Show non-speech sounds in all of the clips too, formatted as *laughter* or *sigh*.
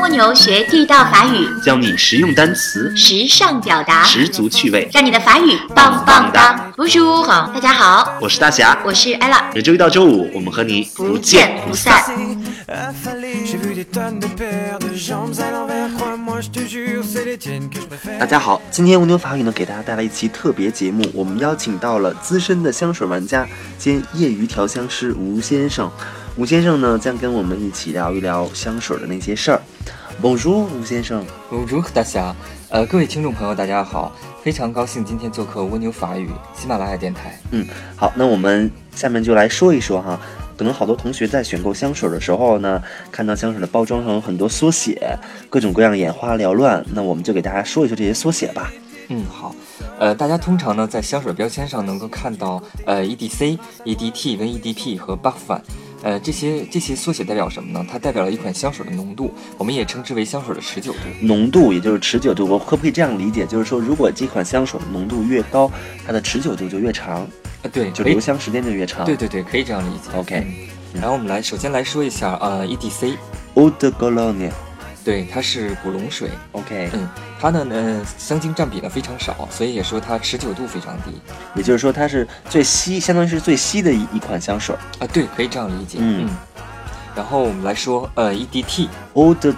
蜗牛学地道法语，教你实用单词，时尚表达，十足趣味。让你的法语棒棒哒！不是乌大家好，我是大侠，我是 Ella，每周一到周五我们和你不见不散。 affalé. J'ai vu des tonnes de paires de jambes à l'envers. Crois-moi, je te jure, c'est les tiennes que je préfère. 大家好，今天无牛法语呢，给大家带来一期特别节目，我们邀请到了资深的香水玩家兼业余调香师吴先生。吴先生呢，将跟我们一起聊一聊香水的那些事儿。Bonjour，吴先生。 Bonjour，大侠，呃，各位听众朋友，大家好，非常高兴今天做客蜗牛法语喜马拉雅电台。好，那我们下面就来说一说哈，可能好多同学在选购香水的时候呢，看到香水的包装上有很多缩写，各种各样眼花缭乱，那我们就给大家说一说这些缩写吧。嗯，好，呃，大家通常呢在香水标签上能够看到呃 EDC、EDT 跟 EDP E 和 Buffan。呃，这些这些缩写代表什么呢？它代表了一款香水的浓度，我们也称之为香水的持久度。浓度，也就是持久度。我可不可以这样理解？就是说，如果这款香水的浓度越高，它的持久度就越长，呃，对，就可以留香时间就越长。对对对，可以这样理解。 OK 嗯然后我们来首先来说一下呃 EDC， ，Eau de Cologne，OK，、对，它是古龙水，嗯， *clears throat* 它呢呃香精占比呢非常少，所以也说它持久度非常低。也就是说它是最稀，相当于是最稀的一一款香水。啊，对，可以这样理解。嗯然后我们来说，呃，EDT， Eau de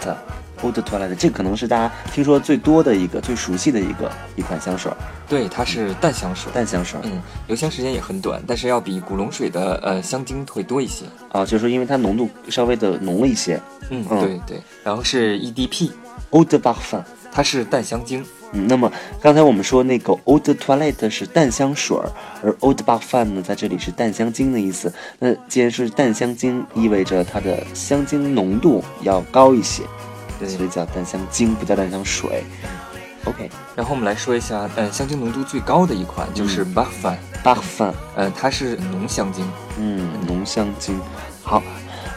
Toilette，Eau de Toilette，这可能是大家听说最多的一个、最熟悉的一个一款香水，对，它是淡香水，淡香水。嗯，留香时间也很短，但是要比古龙水的呃香精会多一些。啊，就是说因为它浓度稍微的浓了一些。嗯，嗯对对。然后是 EDP， Eau de Parfum，它是淡香精，嗯，那么刚才我们说那个 eau de toilette 是淡香水儿，而 eau de parfum 呢，在这里是淡香精的意思。那既然是淡香精，意味着它的香精浓度要高一些，所以对。叫淡香精，不叫淡香水。OK，然后我们来说一下，呃，香精浓度最高的一款就是嗯 b u f f a n parfum，呃，它是浓香精。嗯，浓香精。好，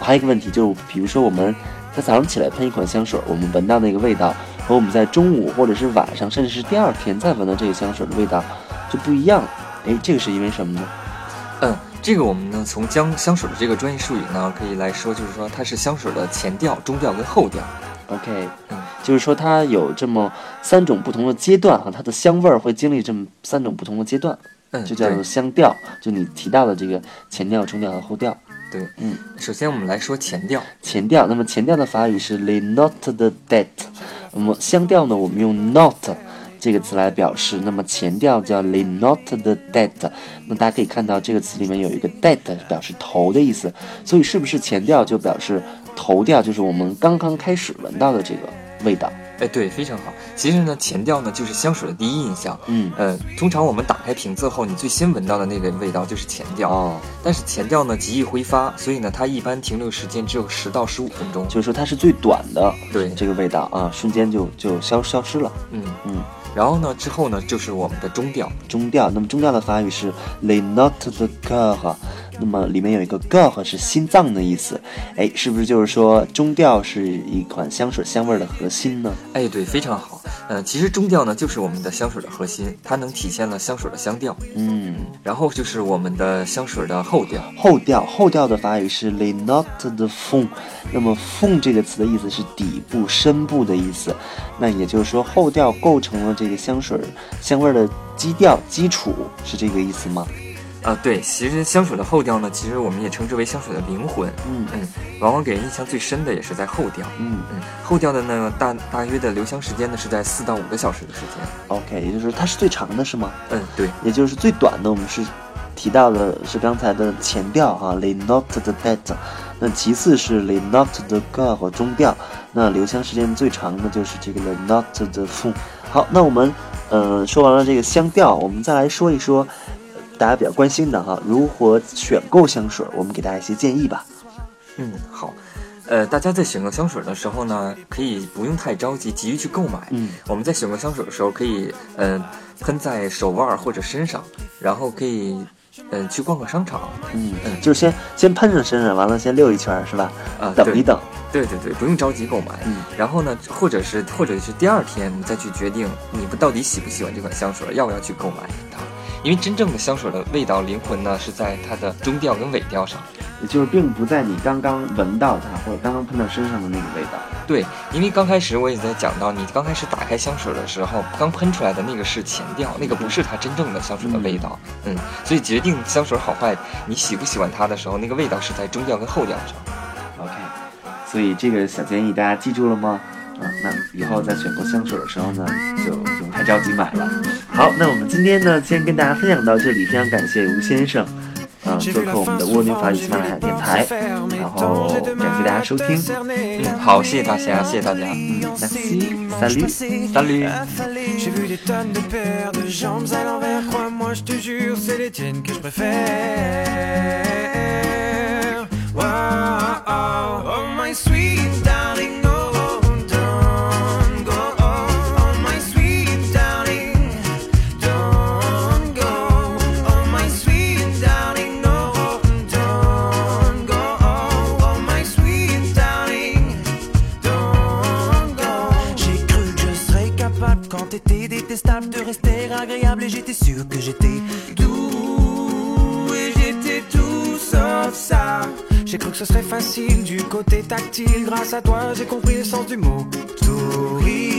还有一个问题就是，比如说我们在早上起来喷一款香水儿，我们闻到那个味道，和我们在中午或者是晚上，甚至是第二天再闻到这个香水儿的味道就不一样。哎，这个是因为什么呢？嗯，这个我们呢从香香水的这个专业术语呢可以来说，就是说它是香水的前调、中调跟后调。 OK，嗯就是说它有这么三种不同的阶段哈，它的香味儿会经历这么三种不同的阶段，嗯，就叫对做香调。就你提到的这个前调、中调和后调。对，嗯，首先我们来说前调，前调，那么前调的法语是 les notes de tête，那么香调呢，我们用 note 这个词来表示。那么前调叫 les notes de tête，那大家可以看到这个词里面有一个 tête 表示头的意思，所以是不是前调就表示头调，就是我们刚刚开始闻到的这个味道？哎，对，非常好。其实呢，前调呢就是香水的第一印象。嗯，呃，通常我们打开瓶子后，你最先闻到的那个味道就是前调。哦。但是前调呢极易挥发，所以呢它一般停留时间只有十到十五分钟。就是说它是最短的，对这个味道啊，瞬间就就消消失了。嗯嗯。然后呢之后呢就是我们的中调，中调，那么中调的法语是 les notes de cœur，那么里面有一个 cœur 是心脏的意思，哎，是不是就是说中调是一款香水香味儿的核心呢？哎，对，非常好。呃，其实中调呢就是我们的香水的核心，它能体现了香水的香调。嗯，然后就是我们的香水的后调，后调，后调的法语是 les notes de fond，那么 fond 这个词的意思是底部、深部的意思，那也就是说后调构成了这个香水香味儿的基调、基础，是这个意思吗？啊，对，其实香水的后调呢，其实我们也称之为香水的灵魂。嗯嗯，往往给人印象最深的也是在后调。嗯。嗯，后调的呢，大大约的留香时间呢是在四到五个小时的时间。 OK，也就是它是最长的是吗？嗯，对，也就是最短的，我们是提到的是刚才的前调哈、l e note de tête，那其次是 le note de cœur 和中调，那留香时间最长的就是这个 le note de fond。好，那我们呃说完了这个香调，我们再来说一说呃大家比较关心的哈，如何选购香水，我们给大家一些建议吧。嗯，好。呃，大家在选购香水的时候呢，可以不用太着急，急于去购买。嗯，我们在选购香水的时候，可以嗯、呃喷在手腕或者身上，然后可以嗯、呃去逛逛商场。嗯，就是先先喷上身上，完了先溜一圈儿是吧？啊等一等。对对对，不用着急购买。嗯，然后呢，或者是或者是第二天你再去决定你不到底喜不喜欢这款香水，要不要去购买它。因为真正的香水的味道灵魂呢，是在它的中调跟尾调上。也就是并不在你刚刚闻到它或者刚刚喷到身上的那个味道。对，因为刚开始我也在讲到，你刚开始打开香水的时候，刚喷出来的那个是前调，那个不是它真正的香水的味道。嗯，所以决定香水好坏，你喜不喜欢它的时候，那个味道是在中调跟后调上。 OK，所以这个小建议大家记住了吗？啊，那以后在选购香水的时候呢，就就不太着急买了。好，那我们今天呢，先跟大家分享到这里，非常感谢吴先生，啊，做做客客我我们们的的蜗蜗牛牛法法语语喜喜马马拉拉雅雅电电台台，，然然后后感感谢谢大大家家收收听听。。嗯，Oh, 好，谢谢大家，谢谢大家。 Merci, salut. salut. Salut. J'ai vu des tonnes de paires de jambes à l'envers. Crois-moi, je te jure, c'est les tiennes que je préfère. Wow, oh, oh, my sweet darling, no, don't go. Oh, my sweet darling, don't go. Oh, my sweet darling, no, don't go. Oh, oh, my sweet darling. J'ai cru que je serais capable quand t'étais détestable de rester agréable et j'étais sûr que j'étais tout et j'étais tout sauf ça. J'ai cru que ce serait facile du côté tactile grâce à toi j'ai compris le sens du mot. Souris.